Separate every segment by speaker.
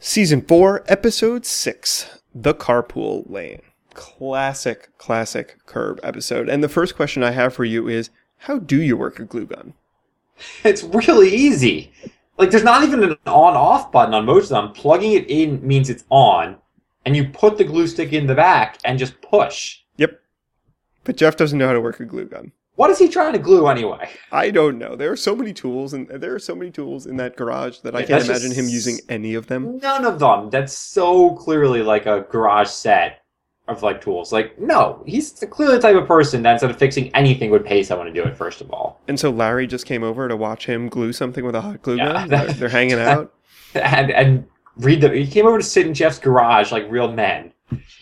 Speaker 1: Season 4, Episode 6 The Carpool Lane. Classic, classic curb episode. And the first question I have for you is how do you work a glue gun?
Speaker 2: It's really easy. Like, there's not even an on off button on most of them. Plugging it in means it's on, and you put the glue stick in the back and just push.
Speaker 1: But Jeff doesn't know how to work a glue gun.
Speaker 2: What is he trying to glue anyway?
Speaker 1: I don't know. There are so many tools and there are so many tools in that garage that I
Speaker 2: Yeah,
Speaker 1: can't
Speaker 2: that's just-
Speaker 1: imagine him using any of them.
Speaker 2: None of them. That's so clearly like a garage set of like tools. Like, no, he's clearly the type of person that instead of fixing anything would pay someone to do it, first of all.
Speaker 1: And so Larry just came over to watch him glue something with a hot glue
Speaker 2: Yeah.
Speaker 1: gun. They're, they're hanging out.
Speaker 2: And and read the he came over to sit in Jeff's garage like real men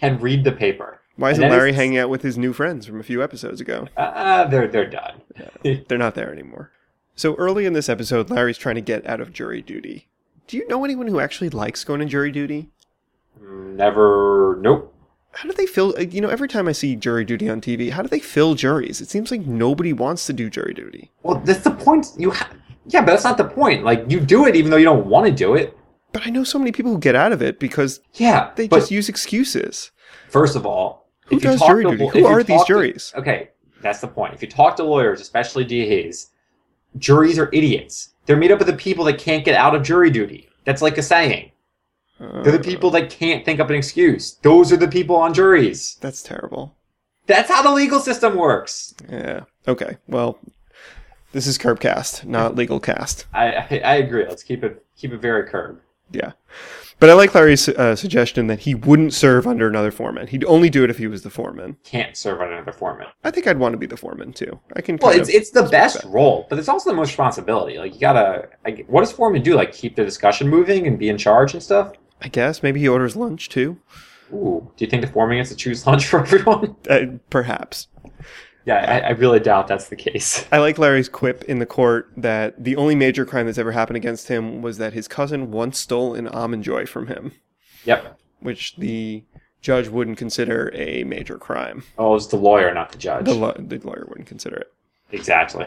Speaker 2: and read the paper.
Speaker 1: Why isn't
Speaker 2: And then
Speaker 1: Larry
Speaker 2: it's-
Speaker 1: hanging out with his new friends from a few episodes ago?
Speaker 2: Ah, they're they're done.
Speaker 1: They're not there anymore. So early in this episode, Larry's trying to get out of jury duty. Do you know anyone who actually likes going to jury duty?
Speaker 2: Never nope.
Speaker 1: How do they fill? You know, every time I see jury duty on TV, how do they fill juries? It seems like nobody wants to do jury duty.
Speaker 2: Well, that's the point. You ha- yeah, but that's not the point. Like you do it even though you don't want to do it.
Speaker 1: But I know so many people who get out of it because
Speaker 2: Yeah,
Speaker 1: they
Speaker 2: but
Speaker 1: just use excuses.
Speaker 2: first of all,
Speaker 1: Who
Speaker 2: if you
Speaker 1: does
Speaker 2: talk
Speaker 1: jury
Speaker 2: to-
Speaker 1: duty?
Speaker 2: if
Speaker 1: Who
Speaker 2: you
Speaker 1: are
Speaker 2: talk
Speaker 1: these
Speaker 2: to-
Speaker 1: juries?
Speaker 2: okay, that's the point. If you talk to lawyers, especially DAs, juries are idiots. They're made up of the people that can't get out of jury duty. That's like a saying. They're the
Speaker 1: Uh,
Speaker 2: people that can't think up an excuse. Those are the people on juries.
Speaker 1: That's terrible.
Speaker 2: That's how the legal system works.
Speaker 1: Yeah. Okay. Well, this is Curbcast, not Legal Cast.
Speaker 2: I I, I agree. Let's keep it keep it very curb.
Speaker 1: Yeah. But I like Larry's uh, suggestion that he wouldn't serve under another foreman. He'd only do it if he was the foreman.
Speaker 2: Can't serve on another foreman.
Speaker 1: I think I'd want to be the foreman too. I can.
Speaker 2: Well,
Speaker 1: kind
Speaker 2: it's
Speaker 1: of-
Speaker 2: it's the best role, but it's also the most responsibility. Like you gotta, like, what does foreman do? Like keep the discussion moving and be in charge and stuff.
Speaker 1: I guess maybe he orders lunch too.
Speaker 2: Ooh, do you think the foreman gets to choose lunch for everyone?
Speaker 1: Uh, perhaps.
Speaker 2: yeah, I, I really doubt that's the case.
Speaker 1: I like Larry's quip in the court that the only major crime that's ever happened against him was that his cousin once stole an almond joy from him,
Speaker 2: Yep.
Speaker 1: which the judge wouldn't consider a major crime.
Speaker 2: Oh, it's the lawyer, not the judge.
Speaker 1: The, law the lawyer wouldn't consider it.
Speaker 2: exactly.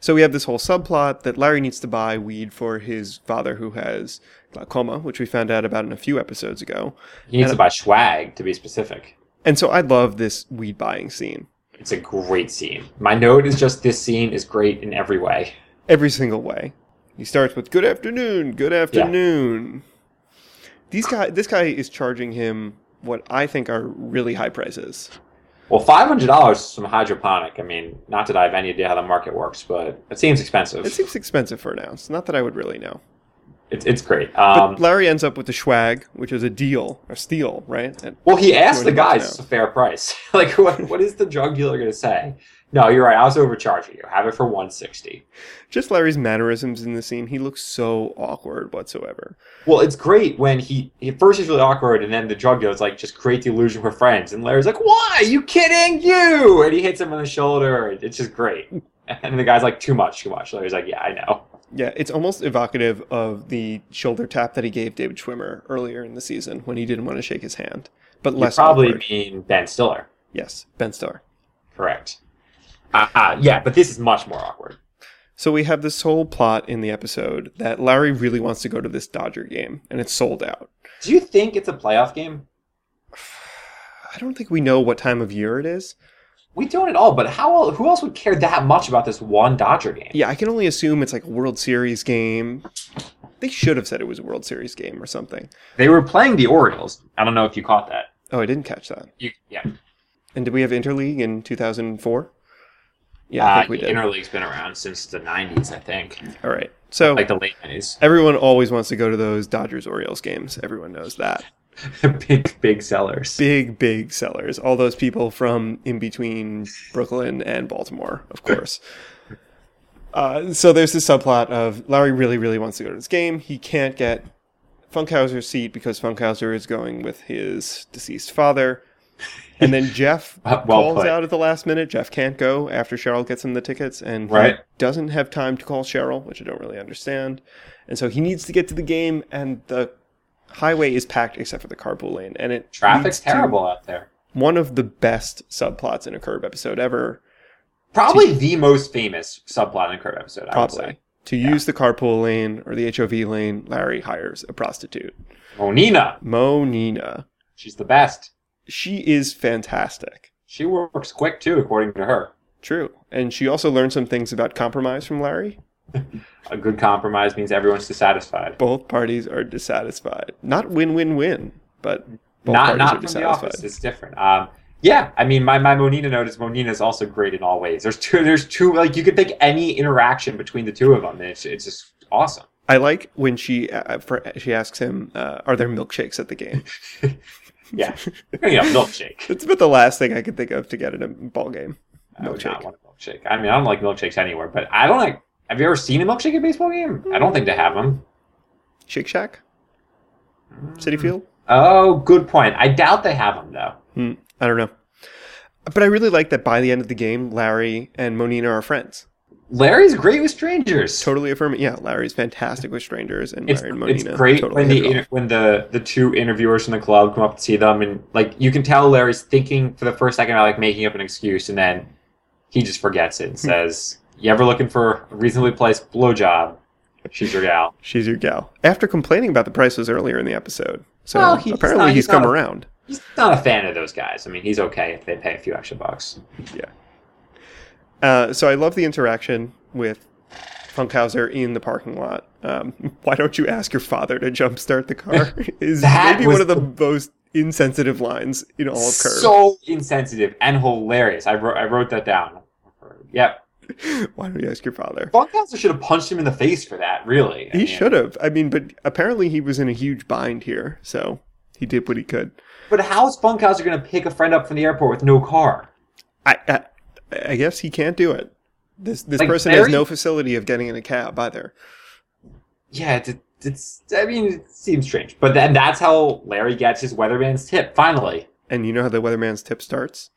Speaker 1: So we have this whole subplot that Larry needs to buy weed for his father who has glaucoma, which we found out about in a few episodes ago.
Speaker 2: He needs
Speaker 1: And-
Speaker 2: to buy swag to be specific.
Speaker 1: And so I love this weed buying scene.
Speaker 2: It's a great scene. My note is just this scene is great in every way.
Speaker 1: Every single way. He starts with good afternoon, good afternoon. These guy this guy is charging him what I think are really high prices.
Speaker 2: Well, five hundred dollars is some hydroponic. I mean, not that I have any idea how the market works, but it seems expensive.
Speaker 1: It
Speaker 2: It's
Speaker 1: seems expensive for an ounce. Not that I would really know.
Speaker 2: it's, great.
Speaker 1: But
Speaker 2: Um,
Speaker 1: Larry ends up with the swag, which is a deal, a steal, right? And
Speaker 2: Well, he asked the
Speaker 1: 200 bucks
Speaker 2: guys
Speaker 1: now.
Speaker 2: it's a fair price. like, what, what is the drug dealer going to say? No, you're right. I was overcharging you. Have it for one sixty.
Speaker 1: just Larry's mannerisms in the scene, he looks so awkward whatsoever.
Speaker 2: Well, it's great when he, he first is really awkward, and then the drug dealer's like, just create the illusion we're friends. And Larry's like, why? You kidding? You! And he hits him on the shoulder. and It's just great. And the guy's like, too much, too much. Larry's like, yeah, I know.
Speaker 1: Yeah, it's almost evocative of the shoulder tap that he gave David Schwimmer earlier in the season when he didn't want to shake his hand, but
Speaker 2: You
Speaker 1: less
Speaker 2: probably
Speaker 1: awkward.
Speaker 2: mean Ben Stiller.
Speaker 1: Yes, Ben Starr.
Speaker 2: Correct. Uh, uh, yeah, but this is much more awkward.
Speaker 1: So we have this whole plot in the episode that Larry really wants to go to this Dodger game, and it's sold out.
Speaker 2: Do you think it's a playoff game?
Speaker 1: I don't think we know what time of year it is.
Speaker 2: We don't at all, but how? el- who else would care that much about this one Dodger game?
Speaker 1: Yeah, I can only assume it's like a World Series game. They should have said it was a World Series game or something.
Speaker 2: They were playing the Orioles. I don't know if you caught that.
Speaker 1: Oh, I didn't catch that.
Speaker 2: You, yeah,
Speaker 1: And did we have interleague in 2004? Yeah, I
Speaker 2: uh,
Speaker 1: think we did. Oh.
Speaker 2: Interleague's been around since the '90s, I think,
Speaker 1: All right. So
Speaker 2: like the late '90s.
Speaker 1: Everyone always wants to go to those Dodgers Orioles games. Everyone knows that.
Speaker 2: big, big sellers.
Speaker 1: Big, big sellers. All those people from in between Brooklyn and Baltimore, of course. Uh, so there's this subplot of Larry really, really wants to go to this game. He can't get Funkhauser's seat because Funkhauser is going with his deceased father. And then Jeff
Speaker 2: Uh, Well
Speaker 1: calls
Speaker 2: put.
Speaker 1: out at the last minute. Jeff can't go after Cheryl gets him the tickets, and he
Speaker 2: Right.
Speaker 1: doesn't have time to call Cheryl, which I don't really understand. And so he needs to get to the game, and the highway is packed except for the carpool lane, and it leads
Speaker 2: Traffic's
Speaker 1: to
Speaker 2: terrible out there.
Speaker 1: one of the best subplots in a Curb episode ever,
Speaker 2: Probably the most famous subplot in Curb episode. I would
Speaker 1: probably.
Speaker 2: say.
Speaker 1: To use the carpool lane or the HOV lane, Larry hires a prostitute,
Speaker 2: Monina,
Speaker 1: Mo Nina.
Speaker 2: she's the best.
Speaker 1: She is fantastic.
Speaker 2: She works quick too, according to her.
Speaker 1: True. And she also learned some things about compromise from Larry.
Speaker 2: A good compromise means everyone's dissatisfied.
Speaker 1: Both parties are dissatisfied. Not win win win, but both
Speaker 2: not
Speaker 1: parties
Speaker 2: not
Speaker 1: are
Speaker 2: from the
Speaker 1: dissatisfied.
Speaker 2: office. It's different. Um, yeah, I mean, my, my Monina note is Monina is also great in all ways. There's two. There's two. Like you could pick any interaction between the two of them. And it's it's just awesome.
Speaker 1: I like when she uh, for, she asks him, uh, "Are there milkshakes at the game?"
Speaker 2: Yeah, you know, milkshake.
Speaker 1: It's about the last thing I could think of to get in a ball game.
Speaker 2: I would
Speaker 1: Milkshake.
Speaker 2: not want a milkshake. I mean, I don't like milkshakes anywhere, but I don't like. Have you ever seen a milkshake at a baseball game? I don't think they have them.
Speaker 1: Shake Shack,
Speaker 2: Mm.
Speaker 1: City Field.
Speaker 2: Oh, good point. I doubt they have them though.
Speaker 1: Hmm, I don't know, but I really like that. By the end of the game, Larry and Monina are friends.
Speaker 2: Larry's great with strangers.
Speaker 1: Totally affirming. Yeah, Larry's fantastic with strangers, and
Speaker 2: It's,
Speaker 1: Larry and Monina.
Speaker 2: it's great
Speaker 1: totally
Speaker 2: when
Speaker 1: hit
Speaker 2: the
Speaker 1: it off.
Speaker 2: inter- when the the two interviewers from the club come up to see them and like you can tell Larry's thinking for the first second about like making up an excuse and then he just forgets it and
Speaker 1: Hmm.
Speaker 2: says, "You ever looking for a reasonably placed blowjob? She's your gal."
Speaker 1: she's your gal. After complaining about the prices earlier in the episode, so
Speaker 2: Well, he's
Speaker 1: apparently
Speaker 2: not-
Speaker 1: he's,
Speaker 2: he's
Speaker 1: come
Speaker 2: not-
Speaker 1: around.
Speaker 2: He's not a fan of those guys. I mean, he's okay if they pay a few extra bucks.
Speaker 1: Uh, so I love the interaction with Funkhauser in the parking lot. Um, why don't you ask your father to jumpstart the car? Is
Speaker 2: That
Speaker 1: maybe
Speaker 2: was
Speaker 1: one of the most insensitive lines in all of Curb.
Speaker 2: So insensitive and hilarious. I wrote I wrote that down. Yep.
Speaker 1: why don't you ask your father?
Speaker 2: Funkhauser should have punched him in the face for that. Really, I
Speaker 1: He
Speaker 2: mean,
Speaker 1: should have. I mean, but apparently he was in a huge bind here, so he did what he could.
Speaker 2: But how is Funkhauser going to pick a friend up from the airport with no car?
Speaker 1: I I, I guess he can't do it. This this
Speaker 2: Like,
Speaker 1: person has
Speaker 2: Barry-
Speaker 1: no facility of getting in a cab either.
Speaker 2: Yeah, it's, it's. I mean, it seems strange, but then that's how Larry gets his weatherman's tip. Finally,
Speaker 1: And you know how the weatherman's tip starts?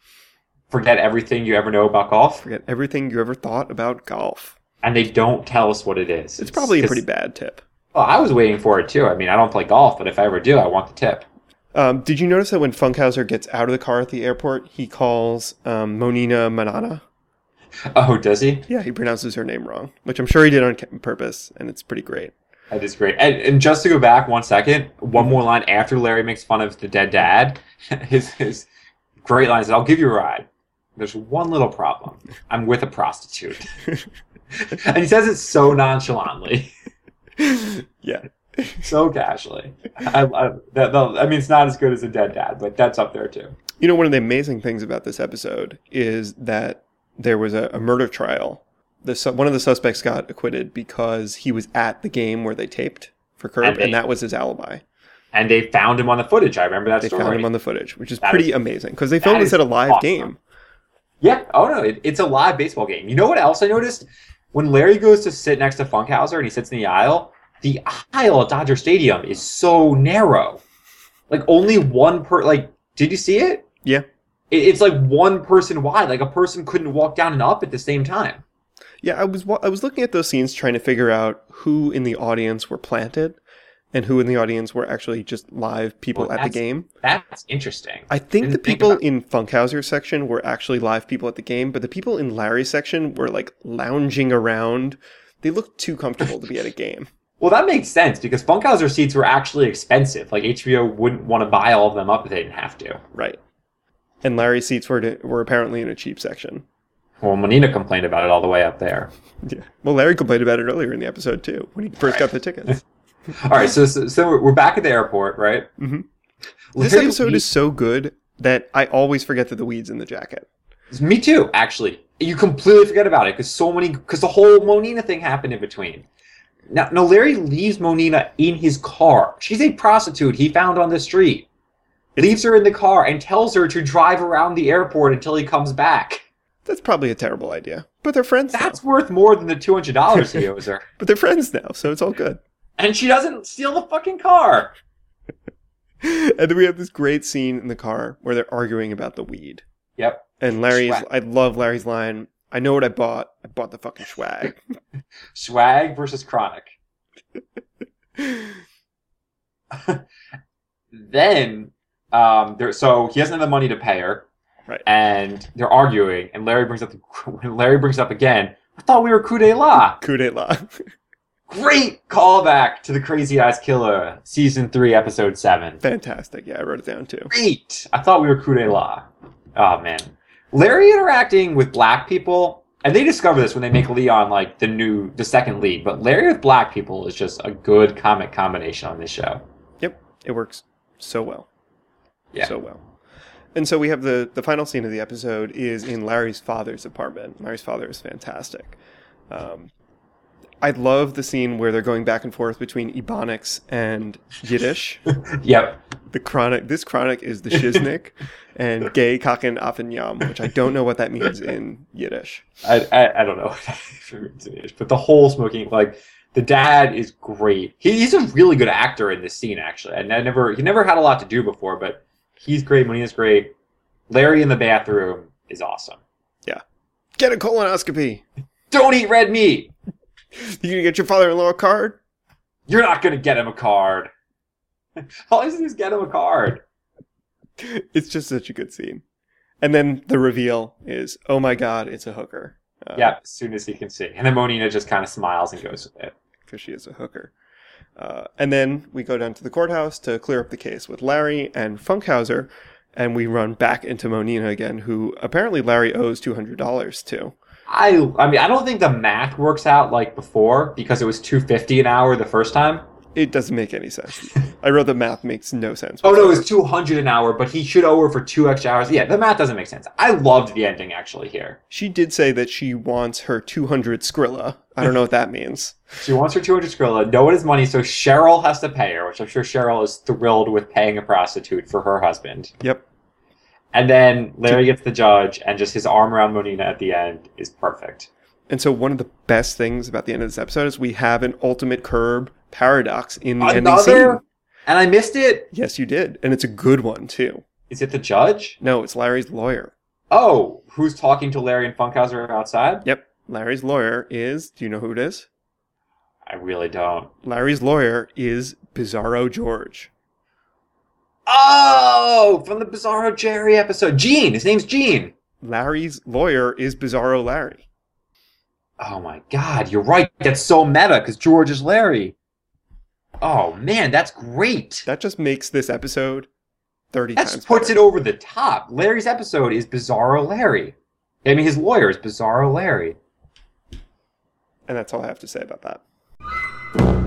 Speaker 2: forget everything you ever know about golf,
Speaker 1: Forget everything you ever thought about golf.
Speaker 2: and they don't tell us what it is.
Speaker 1: It's probably a
Speaker 2: 'cause-
Speaker 1: pretty bad tip.
Speaker 2: Well, I was waiting for it too. I mean, I don't play golf, but if I ever do, I want the tip.
Speaker 1: Um, did you notice that when Funkhauser gets out of the car at the airport, he calls um, Monina Manana?
Speaker 2: Oh, does he?
Speaker 1: Yeah, he pronounces her name wrong, which I'm sure he did on ca- purpose, and it's pretty great.
Speaker 2: That is great. And, and just to go back one second, one more line after Larry makes fun of the dead dad, his his great line is, "I'll give you a ride." There's one little problem. I'm with a prostitute, and he says it so nonchalantly.
Speaker 1: yeah,
Speaker 2: so casually. I, I, that, that- I mean, it's not as good as a dead dad, but that's up there too.
Speaker 1: you know one of the amazing things about this episode is that there was a, a murder trial. The su- one of the suspects got acquitted because he was at the game where they taped for Curb,
Speaker 2: And
Speaker 1: and,
Speaker 2: they-
Speaker 1: that was his alibi.
Speaker 2: And they found him on the footage. I remember that
Speaker 1: They
Speaker 2: story.
Speaker 1: found him on the footage, which is
Speaker 2: That
Speaker 1: pretty
Speaker 2: is-
Speaker 1: amazing because they
Speaker 2: that
Speaker 1: filmed
Speaker 2: is
Speaker 1: this at a live
Speaker 2: awesome.
Speaker 1: game.
Speaker 2: yeah. Oh no, it, it's a live baseball game. You know what else I noticed? When Larry goes to sit next to Funkhauser and he sits in the aisle, the aisle at Dodger Stadium is so narrow. Like only one per. Like, did you see it?
Speaker 1: Yeah.
Speaker 2: It, it's like one person wide. Like a person couldn't walk down and up at the same time.
Speaker 1: Yeah, I was wa- I was looking at those scenes trying to figure out who in the audience were planted and who in the audience were actually just live people
Speaker 2: Well,
Speaker 1: at the
Speaker 2: that's-
Speaker 1: game.
Speaker 2: That's interesting.
Speaker 1: I think
Speaker 2: didn't
Speaker 1: the
Speaker 2: think
Speaker 1: people
Speaker 2: about-
Speaker 1: in Funkhauser's section were actually live people at the game, but the people in Larry's section were like lounging around. They looked too comfortable to be at a game.
Speaker 2: Well, that makes sense because Funkhauser seats were actually expensive. Like HBO wouldn't want to buy all of them up if they didn't have to.
Speaker 1: Right. And Larry's seats were to, were apparently in a cheap section.
Speaker 2: Well, Monina complained about it all the way up there.
Speaker 1: Yeah. Well, Larry complained about it earlier in the episode too when he first got the tickets.
Speaker 2: All right, so so, so we're back at the airport, right?
Speaker 1: Mhm.
Speaker 2: Larry
Speaker 1: this episode
Speaker 2: Weed-
Speaker 1: is so good that I always forget that the weeds in the jacket.
Speaker 2: me too. Actually, you completely forget about it because so many because the whole Monina thing happened in between. Now, no, Larry leaves Monina in his car. She's a prostitute he found on the street. Leaves her in the car and tells her to drive around the airport until he comes back.
Speaker 1: That's probably a terrible idea. But they're friends now.
Speaker 2: That's worth more than the two hundred dollars he owes her.
Speaker 1: But they're friends now, so it's all good.
Speaker 2: and she doesn't steal the fucking car.
Speaker 1: And then we have this great scene in the car where they're arguing about the weed.
Speaker 2: Yep.
Speaker 1: And Larry's
Speaker 2: Swag.
Speaker 1: I love Larry's line, I know what I bought. I bought the fucking swag.
Speaker 2: Swag versus chronic. Then um there so he doesn't have the money to pay her.
Speaker 1: Right.
Speaker 2: And they're arguing and Larry brings up the when Larry brings up again, I thought we were coup de la.
Speaker 1: Coup de la.
Speaker 2: Great callback to the Crazy Eyes Killer, season three, episode seven.
Speaker 1: Fantastic. Yeah, I wrote it down too.
Speaker 2: Great. I thought we were coup de la. Oh man, Larry interacting with black people, and they discover this when they make Leon like the new, the second lead. But Larry with black people is just a good comic combination on this show.
Speaker 1: Yep, it works so well.
Speaker 2: Yeah.
Speaker 1: So well. And so we have the the final scene of the episode is in Larry's father's apartment. Larry's father is fantastic. Um, I love the scene where they're going back and forth between Ebonics and Yiddish.
Speaker 2: Yep.
Speaker 1: the chronic, this chronic is the shiznik, and gay kaken afenyam, which I don't know what that means in Yiddish.
Speaker 2: I, I, I don't know what that is, but the whole smoking like the dad is great. He, he's a really good actor in this scene actually, and I never he never had a lot to do before, but he's great. Monina's great. Larry in the bathroom is awesome.
Speaker 1: Get a colonoscopy.
Speaker 2: Don't eat red meat.
Speaker 1: You gonna get your father-in-law a card?
Speaker 2: You're not gonna get him a card. All I do is get him a card.
Speaker 1: It's just such a good scene. And then the reveal is, oh my god, it's a hooker. Uh,
Speaker 2: Yeah, as soon as he can see, and then Monina just kind of smiles and goes with it.
Speaker 1: because she is a hooker. Uh, and then we go down to the courthouse to clear up the case with Larry and Funkhauser, and we run back into Monina again, who apparently Larry owes two hundred dollars to.
Speaker 2: I I mean I don't think the math works out like before because it was two fifty an hour the first time.
Speaker 1: It doesn't make any sense. I wrote the math makes no sense.
Speaker 2: Oh no,
Speaker 1: whatsoever.
Speaker 2: it's two hundred an hour, but he should owe her for two extra hours. Yeah, the math doesn't make sense. I loved the ending actually here.
Speaker 1: she did say that she wants her two hundred Skrilla. I don't know what that means.
Speaker 2: She wants her two hundred Skrilla, no one has money, so Cheryl has to pay her, which I'm sure Cheryl is thrilled with paying a prostitute for her husband.
Speaker 1: Yep,
Speaker 2: And then Larry gets the judge, and just his arm around Monina at the end is perfect.
Speaker 1: And so one of the best things about the end of this episode is we have an ultimate curb paradox in the ending scene.
Speaker 2: Another, and I missed it.
Speaker 1: Yes, you did, and it's a good one too.
Speaker 2: Is it the judge?
Speaker 1: No, it's Larry's lawyer.
Speaker 2: Oh, who's talking to Larry and Funkhauser outside?
Speaker 1: Yep. Larry's lawyer is, do you know who it is?
Speaker 2: I really don't.
Speaker 1: Larry's lawyer is Bizarro George.
Speaker 2: Oh, from the Bizarro Jerry episode, Gene. His name's Gene.
Speaker 1: Larry's lawyer is Bizarro Larry.
Speaker 2: Oh my god, you're right. That's so meta because George is Larry. Oh man, that's great.
Speaker 1: That just makes this episode 30
Speaker 2: That
Speaker 1: times
Speaker 2: puts it
Speaker 1: better.
Speaker 2: over the top. Larry's episode is Bizarro Larry. I mean, his lawyer is Bizarro Larry.
Speaker 1: And that's all I have to say about that.